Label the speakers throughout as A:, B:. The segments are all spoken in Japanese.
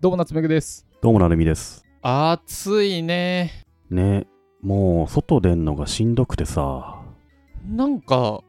A: どうも夏目くです。
B: どうもなるみです。
A: 暑いね。
B: ね、もう外出んのがしんどくてさ。
A: なんか、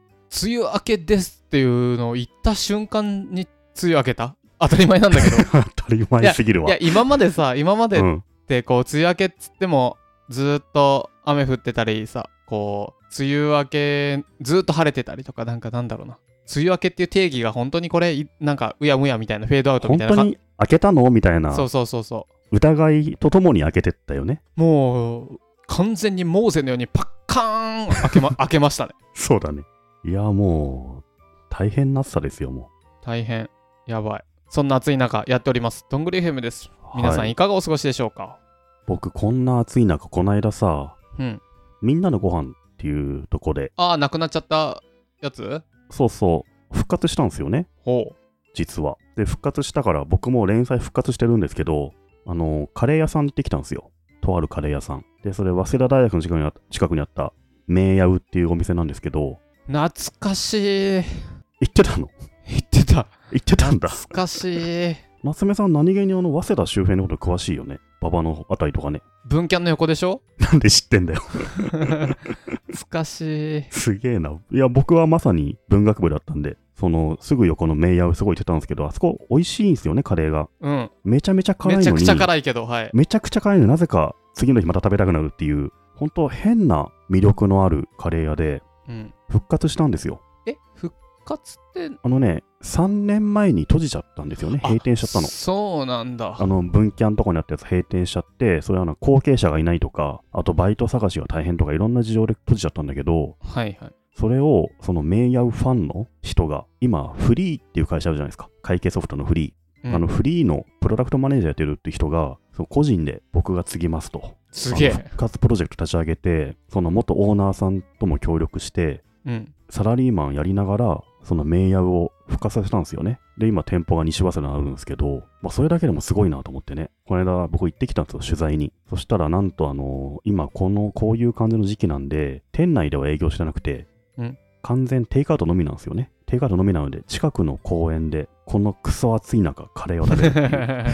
A: 梅雨明けですっていうのを言った瞬間に梅雨明けた当たり前なんだけ ど。
B: 当たり前すぎる
A: い
B: わ。
A: や、今までさ、今まで
B: う
A: っ
B: ん、
A: てこう、梅雨明けっつっても、ずーっと雨降ってたりさ、こう、梅雨明け、ずーっと晴れてたりとか、なんかなんだろうな。梅雨明けっていう定義が本当にこれ、いなんか、うやむやみたいな、フェードアウトみ
B: 本
A: たいな
B: 当
A: 感じ。
B: に開けたのみたいな
A: そうそうそうそう。
B: 疑いとともに開けてったよね。
A: もう完全にモーゼのようにパッカーン開け,、ま、開けましたね
B: そうだね。いや、もう大変な暑さですよ、も
A: 大変やばいそんな暑い中やっておりますどんぐり FM です
B: う。
A: 皆さ
B: は
A: ん
B: い
A: いかがお過ごしでしょうか、
B: 僕、こんな暑い中、こないださ、
A: うん
B: みんなのご飯っていうとこで、
A: ああなくなっちゃったやつ
B: そうそう、復活したんですよね、
A: ほ
B: 実は。で、復活したから、僕も連載復活してるんですけど、あの、カレー屋さん行ってきたんですよ。とあるカレー屋さん。で、それ、早稲田大学の近くにあ近くにあった、名屋うっていうお店なんですけ
A: う
B: ど、
A: 懐かしい
B: 行ってたの
A: 言ってた
B: 行ってたんだ。
A: 懐かしい
B: 夏目さん、何気にあの、早稲田周辺のこと詳しいよね。馬場のあたりとかね。
A: 文キャンの横でしょ
B: なんで知ってんだよ。
A: 懐かしい
B: すげえな。いや、僕はまさに文学部だったんで、その、すぐ横の名屋をすごい行ってたんですけど、あそこ美味しいんですよね、カレーが。
A: うん
B: めちゃめちゃ辛いの
A: め
B: に。
A: ちゃくちゃ辛いけどはい
B: めちゃくちゃ辛いのになぜか次の日また食べたくなるっていう、本当変な魅力のあるカレー屋で
A: うん
B: 復活したんですよ。
A: え復活って
B: あのね、3年前に閉じちゃったんですよね、
A: あ
B: 閉店しちゃったの。
A: そうなんだ
B: あの、文キャンとかにあったやつ閉店しちゃって、それはあの後継者がいないとか、あとバイト探しが大変とかいろんな事情で閉じちゃったんだけど、
A: はいはい
B: それをその名ヤウファンの人が、今、フリーっていう会社あるじゃないですか。会計ソフトのフリー。
A: うん
B: あのフリーのプロダクトマネージャーやってるって人が、その個人で僕が継ぎますと。
A: すげ
B: あの
A: え
B: 復活プロジェクト立ち上げてその元オーナーさんとも協力して
A: うん
B: サラリーマンやりながらその名屋を復活させたんですよねで今店舗が西早稲田にあるんですけど、まあ、それだけでもすごいなと思ってねこの間僕行ってきたんですよ取材にそしたらなんとあのー今このこういう感じの時期なんで店内では営業してなくて、
A: うん
B: 完全テイクアウトのみなんですよねテイクアウトのみなので近くの公園でこのクソ暑い中カレーを食べるっ ていう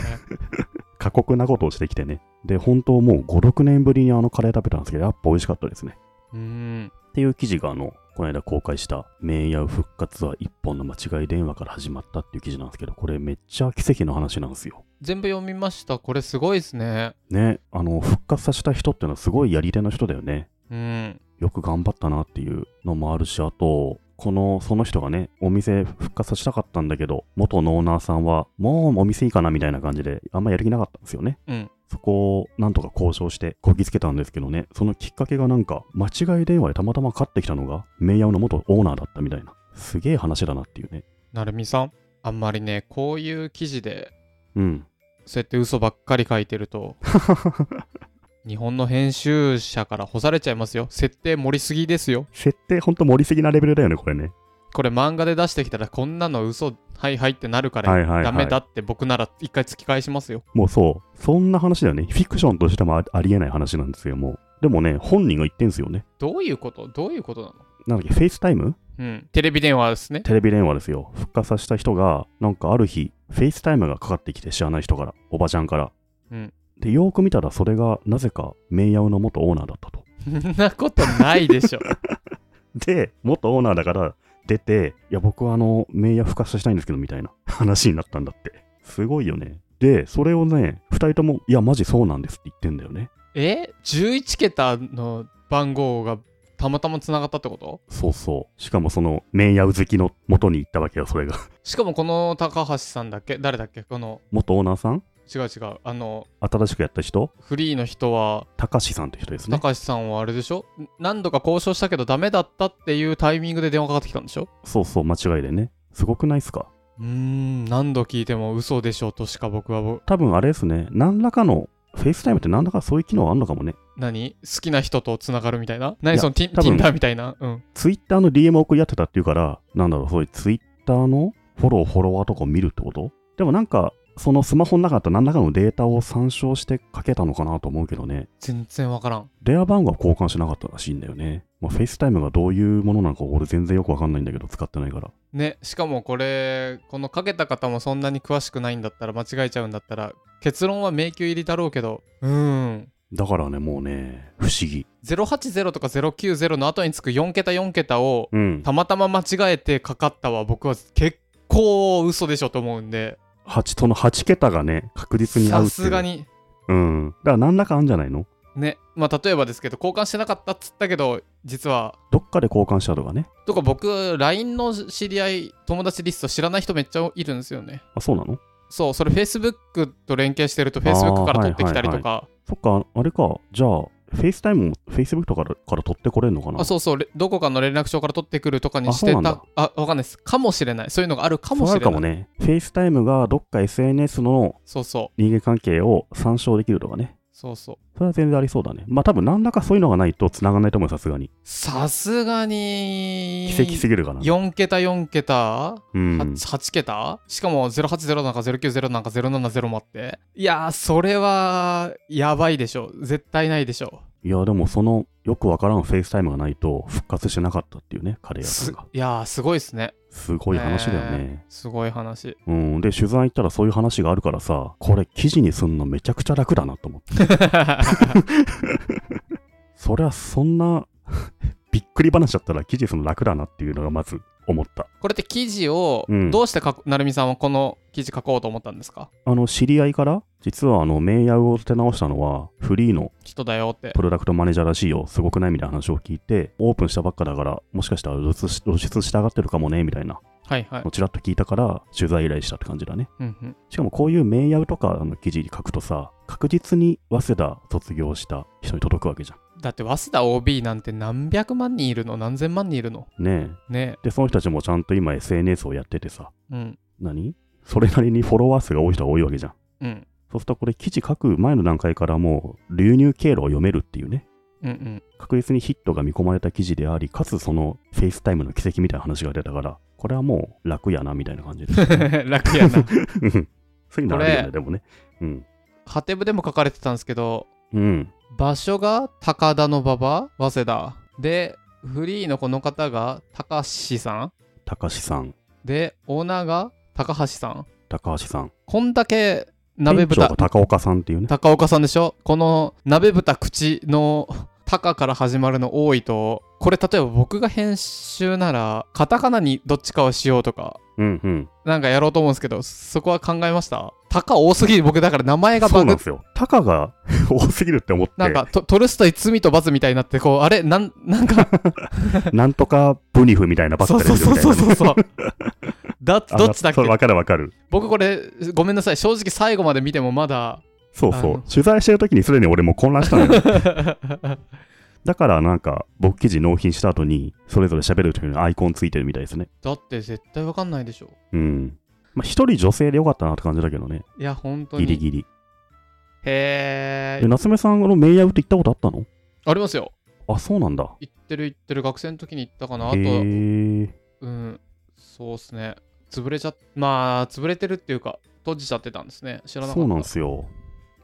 B: 過酷なことをしてきてね。で、本当もう5、6年ぶりにあのカレー食べたんですけど、やっぱ美味しかったですね。
A: うん
B: っていう記事が、あの、この間公開した、名誉復活は一本の間違い電話から始まったっていう記事なんですけど、これめっちゃ奇跡の話なんですよ。
A: 全部読みましたこれすごいですね
B: ね、あの、復活させた人ってのはすごいやり手の人だよね。
A: うん
B: よく頑張ったなっていうのもあるし、あと、この、その人がね、お店復活させたかったんだけど、元のオーナーさんは、もうお店いいかなみたいな感じで、あんまやる気なかったんですよね。
A: うん
B: そこをなんとか交渉してこぎつけたんですけどね、そのきっかけがなんか、間違い電話でたまたま勝ってきたのが、メイヤーの元オーナーだったみたいな。すげえ話だなっていうね。
A: なるみさんあんまりねこういう記事で
B: うん。
A: そうやって嘘ばっかり書いてる と日本の編集者から干されちゃいますよ設定盛りすぎですよ
B: 設定ほんと盛りすぎなレベルだよね、これね。
A: これ漫画で出してきたらこんなの嘘はいはいってなるから、
B: はいはいはい
A: ダメだって僕なら一回突き返しますよ
B: もうそう。そんな話だよね。フィクションとしてもあありえない話なんですよ、もう。でもね、本人が言ってんすよね。
A: どういうことどういうことなの
B: なんだっけ、フェイスタイム
A: うんテレビ電話ですね
B: テレビ電話ですよ。復活させた人が、なんかある日、フェイスタイムがかかってきて知らない人から、おばちゃんから。
A: うん
B: で、よーく見たらそれが、なぜか、メイヤーの元オーナーだったと。
A: そんなことないで しょ
B: で、元オーナーだから出て、いや、僕はあの、名誉復活させたいんですけど、みたいな話になったんだって。すごいよね。で、それをね、二人とも、いや、マジそうなんですって言ってんだよね。
A: え11桁の番号がたまたまつながったってこと
B: そうそう。しかもその、名誉好きの元に行ったわけよ、それが。
A: しかもこの高橋さんだっけ誰だっけこの
B: 元オーナーさん
A: 違う違うあの
B: 新しくやった人
A: フリーの人は
B: たかしさんって人ですね。
A: 高橋さんはあれでしょん何度か交渉したけどダメだったっていうタイミングで電話かかってきたんでしょ
B: そうそう、間違いでね。すごくないっすか
A: うーん何度聞いても嘘でしょとしか僕はぼ
B: 多分あれですね、何らかの、フェイスタイムって何らかそういう機能あんのかもね。
A: 何好きな人とつながるみたいな何
B: いや
A: そのティン
B: 多分
A: Tinder みたいなうん
B: ツイッターの DM を送り合ってたっていうから、なんだろう、そういうツイッターのフォロー、フォロワーとかを見るってことでもなんか、そのスマホの中だった何らかのデータを参照して書けたのかなと思うけどね。
A: 全然わからん
B: 電話番号は交換しなかったらしいんだよね。まあ、フェイスタイムがどういうものなのか俺全然よくわかんないんだけど、使ってないから。
A: ねしかもこれこのかけた方もそんなに詳しくないんだったら間違えちゃうんだったら結論は迷宮入りだろうけど、うーん。
B: だからね、もうね、不思議。
A: 080とか090の後につく4桁4桁を
B: うん。
A: たまたま間違えてかかったは僕は結構嘘でしょと思うんで、
B: 8、その8桁がね、確実に合
A: さ
B: うっていう。
A: すが。に
B: うん。だから何らかあるんじゃないの
A: ね、まあ例えばですけど交換してなかったっつったけど、実は
B: どっかで交換したとかね。
A: とか僕 LINE の知り合い友達リスト知らない人めっちゃいるんですよね
B: あ、そうなの
A: そうそれ Facebook と連携してると
B: ー
A: Facebook から取ってきたりとか、
B: そっか、あれか。じゃあ、FaceTime も Facebook とかからから取ってこれるのかな
A: あそうそうれどこかの連絡帳から取ってくるとかにして
B: あそうなん
A: た
B: だ
A: あわかんないですかもしれないそういうのがあるか
B: そ
A: も
B: う
A: し
B: な
A: れな
B: る
A: い
B: かもね。FaceTime がどっか SNS の
A: そうそう
B: 人間関係を参照できるとかね。
A: そうそう
B: それは全然ありそうだね。まあ多分何らかそういうのがないと繋がんないと思うよ、さすがに。
A: さすがに
B: 奇跡すぎるかな。
A: 4桁4桁、
B: うん。
A: 八 8, 桁しかも080なんか090なんか070もあっていやーそれはやばいでしょ絶対ないでしょ
B: いや、でもそのよくわからん FaceTime がないと復活してなかったっていうね、カレー屋さ
A: す
B: んが。
A: いやーすごいですね
B: すごい話だよね。
A: すごい話
B: うん。で、取材行ったらそういう話があるからさ、これ記事にすんのめちゃくちゃ楽だなと思って。そりゃそんな びっくり話だったら記事にするの楽だなっていうのがまず思った。
A: これって記事を
B: うん
A: どうしてかこ、なるみさんはこの記事書こうと思ったんですか
B: あの、知り合いから、実はあの、名ヤウを立て直したのは、フリーの
A: 人だよって
B: プロダクトマネージャーらしいよ、すごくないみたいな話を聞いて、オープンしたばっかだから、もしかしたら露出し露出したがってるかもね、みたいな、
A: はいはい、
B: ちらっと聞いたから、取材依頼したって感じだね。
A: うんうん、
B: しかもこういう名ヤウとかの記事書くとさ、確実に早稲田卒業した人に届くわけじゃ
A: だって早稲田 OB なんて何百万人いるの何千万人いるの
B: ん。ね
A: ね
B: え。で、その人たちもちゃんと今 SNS をやっててさ、
A: えうん
B: 何それなりにフォロワー数が多い人が多いわけじゃん。
A: うん
B: そうするとこれ記事書く前の段階からもう流入経路を読めるっていうね。
A: うんうん
B: 確実にヒットが見込まれた記事であり、かつそのフェイスタイムの奇跡みたいな話が出たから、これはもう楽やなみたいな感 じです、ね。
A: 楽やな
B: うんそういうのある
A: こ
B: よね、
A: れ
B: でもね。うん。
A: ハテブでも書かれてたんですけど
B: うん。
A: 場所が高田の馬場早稲田でフリーのこの方が高橋さん
B: 高橋さん、
A: でオーナーが高橋さん
B: 高橋さん。
A: こんだけ鍋
B: 店
A: 豚
B: 長が高岡さんっていうね。
A: 高岡さんでしょこの鍋豚口の「高」から始まるの多いとこれ例えば僕が編集ならカタカナにどっちかをしようとか
B: うんうん。
A: なんかやろうと思うんですけどそこは考えました高多すぎる僕だから名前が
B: そう
A: バ
B: な
A: グ
B: んですよ。高が 多すぎるって思って、
A: なんかトトルストイ罪と罰みたいになってこうあれなんなんか
B: なんとかブニフみたいなバッ
A: そう
B: テリ
A: そ
B: ー
A: う
B: みたい
A: そ
B: な
A: う
B: ね。
A: そうそう そうだ
B: あ
A: どっちだっけ
B: そうわかるわかる。
A: 僕これごめんなさい正直最後まで見てもまだ
B: そう
A: あ
B: そ
A: の
B: う。取材してる時にすでに俺もう混乱したのよ。だからなんか、僕記事納品した後に、それぞれ喋る時にアイコンついてるみたいですね。
A: だって絶対わかんないでしょ
B: うん。まあ、一人女性でよかったなって感じだけどね。
A: いや本当
B: ギ
A: に
B: リギリ。
A: へ
B: え、
A: え
B: 夏目さんの名イヤウって行ったことあったの
A: ありますよ
B: あ、そうなんだ。
A: 行ってる行ってる学生の時に行ったかなあ
B: へ
A: と
B: え。
A: うんそうっすね潰れちゃまあ潰れてるっていうか閉じちゃってたんですね知らなかった
B: そうなんですよ。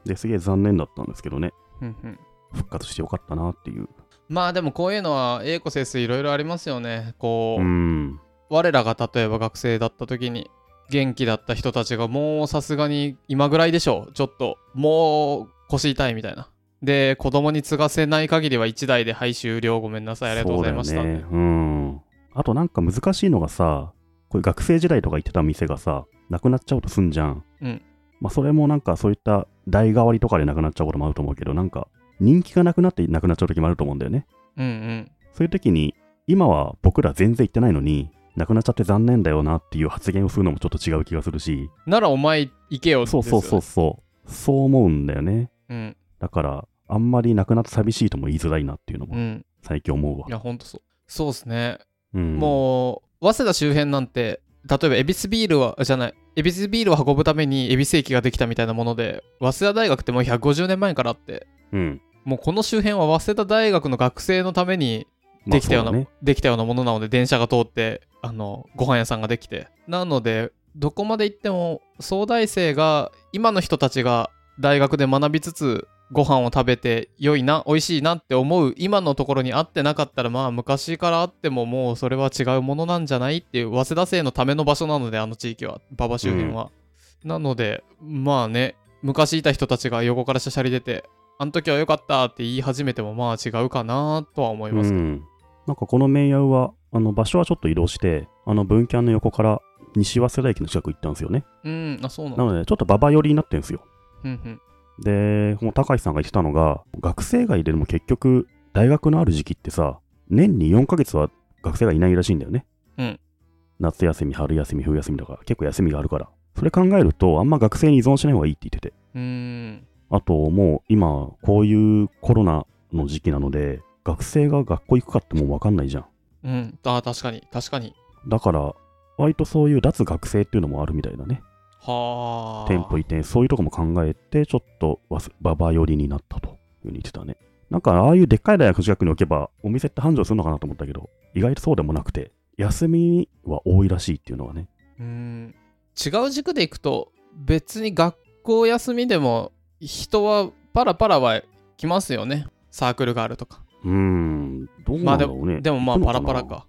B: で、すげえ残念だったんですけどね。
A: うんうん
B: 復活してよかったなっていう。
A: まあでもこういうのは英子先生いろいろありますよねこ
B: う
A: う、
B: ん。
A: 我らが例えば学生だった時に元気だった人たちがもうさすがに今ぐらいでしょうちょっともう腰痛いみたいなで子供に継がせない限りは1台で廃終了ごめんなさいありがとうございました、
B: そうだよね。うん。あとなんか難しいのがさ、こういう学生時代とか行ってた店がさ、なくなっちゃうとすんじゃん。
A: うん
B: まあそれもなんかそういった代替わりとかでなくなっちゃうこともあると思うけど、なんか人気がなくなってなくなっちゃう時もあると思うんだよね。
A: うんうん
B: そういう時に、今は僕ら全然行ってないのに、なくなっちゃって残念だよなっていう発言をするのもちょっと違う気がするし、
A: ならお前行けよ
B: そうそうそう
A: です
B: そう、そう思うんだよね。
A: よね
B: だから、あんまりなくなって寂しいとも言いづらいなっていうの
A: うんう
B: も
A: ん
B: 最近思うわ
A: い。やほんとそうそうですね、
B: うん、
A: もう早稲田周辺なんて例えば恵比寿ビールはじゃない恵比寿ビールを運ぶために恵比寿駅ができたみたいなもので早稲田大学ってもう150年前からあって
B: うん、
A: もうこの周辺は早稲田大学の学生のためにできたような、
B: まあそだね
A: できたようなものなので電車が通ってあのご飯屋さんができてなのでどこまで行っても早大生が今の人たちが大学で学びつつご飯を食べて良いな美味しいなって思う今のところに合ってなかったらまあ昔からあってももうそれは違うものなんじゃないっていう早稲田生のための場所なのであの地域は馬場周辺は、なのでまあね昔いた人たちが横からしゃしゃり出て、あの時は良かったって言い始めてもまあ違うかなとは思いますけど。
B: うん、なんかこの名屋はあの場所はちょっと移動してあの文キャンの横から西早稲田駅の近く行ったんですよね
A: うん、あ、そうなんだ。
B: なのでちょっと馬場寄りになってるんですよ
A: うんうん。
B: でもう高橋さんが言ってたのが学生街でも結局大学のある時期ってさ年に4ヶ月は学生がいないらしいんだよね
A: うん
B: 夏休み春休み冬休みだから結構休みがあるからそれ考えるとあんま学生に依存しない方がいいって言ってて
A: うーん。
B: あともう今こういうコロナの時期なので学生が学校行くかってもう分かんないじゃん
A: うん。あ、確かに、確かに。
B: だから、割とそういう脱学生っていうのもあるみたいだね。
A: はあ。
B: 店舗移転、そういうとこも考えて、ちょっとわすババア寄りになったというふうに言ってたね。なんか、ああいうでっかい大学の近くに置けば、お店って繁盛するのかなと思ったけど、意外とそうでもなくて、休みは多いらしいっていうのはね。
A: うーん。違う軸でいくと、別に学校休みでも人はパラパラは来ますよね。サークルがあるとか。
B: うーん、どう
A: ま
B: な
A: あ
B: んだ
A: で
B: ろ
A: も、
B: うね。
A: でもまあ
B: 行く
A: パラ
B: のな
A: パラ。か。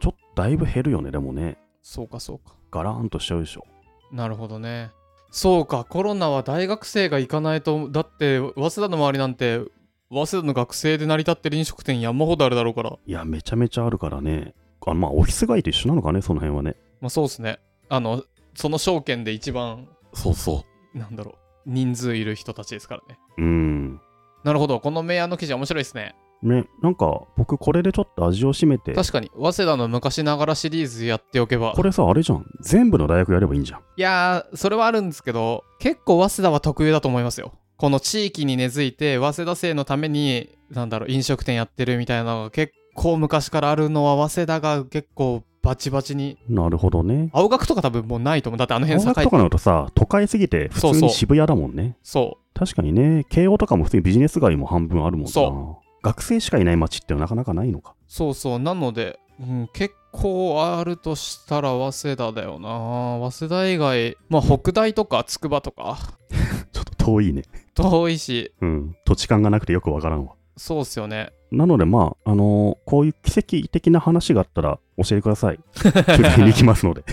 B: ちょっとだいぶ減るよね、でもね。
A: そうかそうか。
B: ガラーンとしちゃうでしょ。
A: なるほどね。そうか、コロナは大学生が行かないと、だって、早稲田の周りなんて、早稲田の学生で成り立ってる飲食店山ほどあるだろうから。
B: いや、めちゃめちゃあるからね。あまあ、オフィス街と一緒なのかね、その辺はね。
A: まあそうですね。あの、その証券で一番、
B: そうそ
A: なんだろう、人数いる人たちですからね。
B: う。うーん。
A: なるほど、この名案の記事面白いですね。
B: ね、なんか僕これでちょっと味を占めて、
A: 確かに、早稲田の昔ながらシリーズやっておけば
B: こ。れさ、あれじゃん。全部の大学やればいいんじゃん。
A: いやー、それはあるんですけど、結構早稲田は特有だと思いますよ。この地域に根付いて、早稲田生のために、なんだろう、飲食店やってるみたいなのが結構昔からあるのは、早稲田が結構バチバチに。
B: なるほどね。
A: 青学とか多分もうないと思う。だってあの
B: 大
A: 辺
B: 学
A: 栄え
B: と
A: て
B: かなるとさ、都会すぎて普
A: そう
B: 通
A: そう
B: に渋谷だもんね。
A: そ
B: 確かにね、慶応とかも普通にビジネス街も半分あるもんな。
A: そ
B: 学生しかいない街ってのはなかなかないのか。
A: う。そうそう。なので、うん、結構あるとしたら早稲田だよな。早稲田以外、まあ北大とか筑波とか、
B: ちょっと遠いね。
A: 遠いし、
B: うん。土地勘がなくてよくわからんわ。
A: そうっすよね。
B: なのでまあ、あのーこういう奇跡的な話があったら教えてくだ さい。取りに行きますので。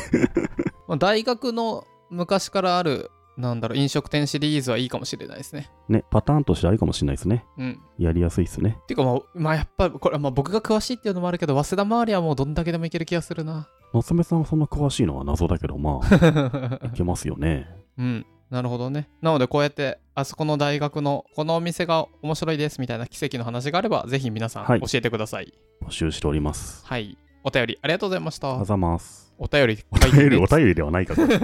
A: まあ、大学の昔からあるなんだろう飲食店シリーズはいいかもしれないですね。
B: ね、パターンとしてあるかもしれないですね。
A: うん、
B: やりやすいですね。
A: ていうかまあ、まあ、やっぱこれはまあ僕が詳しいっていうのもあるけど早稲田周りはもうどんだけでもいける気がするな。
B: 夏目さんはそんな詳しいのは謎だけど、まあ、いけますよね。
A: うんなるほどね。なのでこうやってあそこの大学のこのお店が面白いですみたいな奇跡の話があればぜひ皆さん
B: は
A: 教
B: い
A: えてください。
B: 募集しております。
A: はい、お便りありがとうございまし
B: あ
A: た。
B: ざます。
A: お便り
B: お便り、お便りではないかと。
A: り。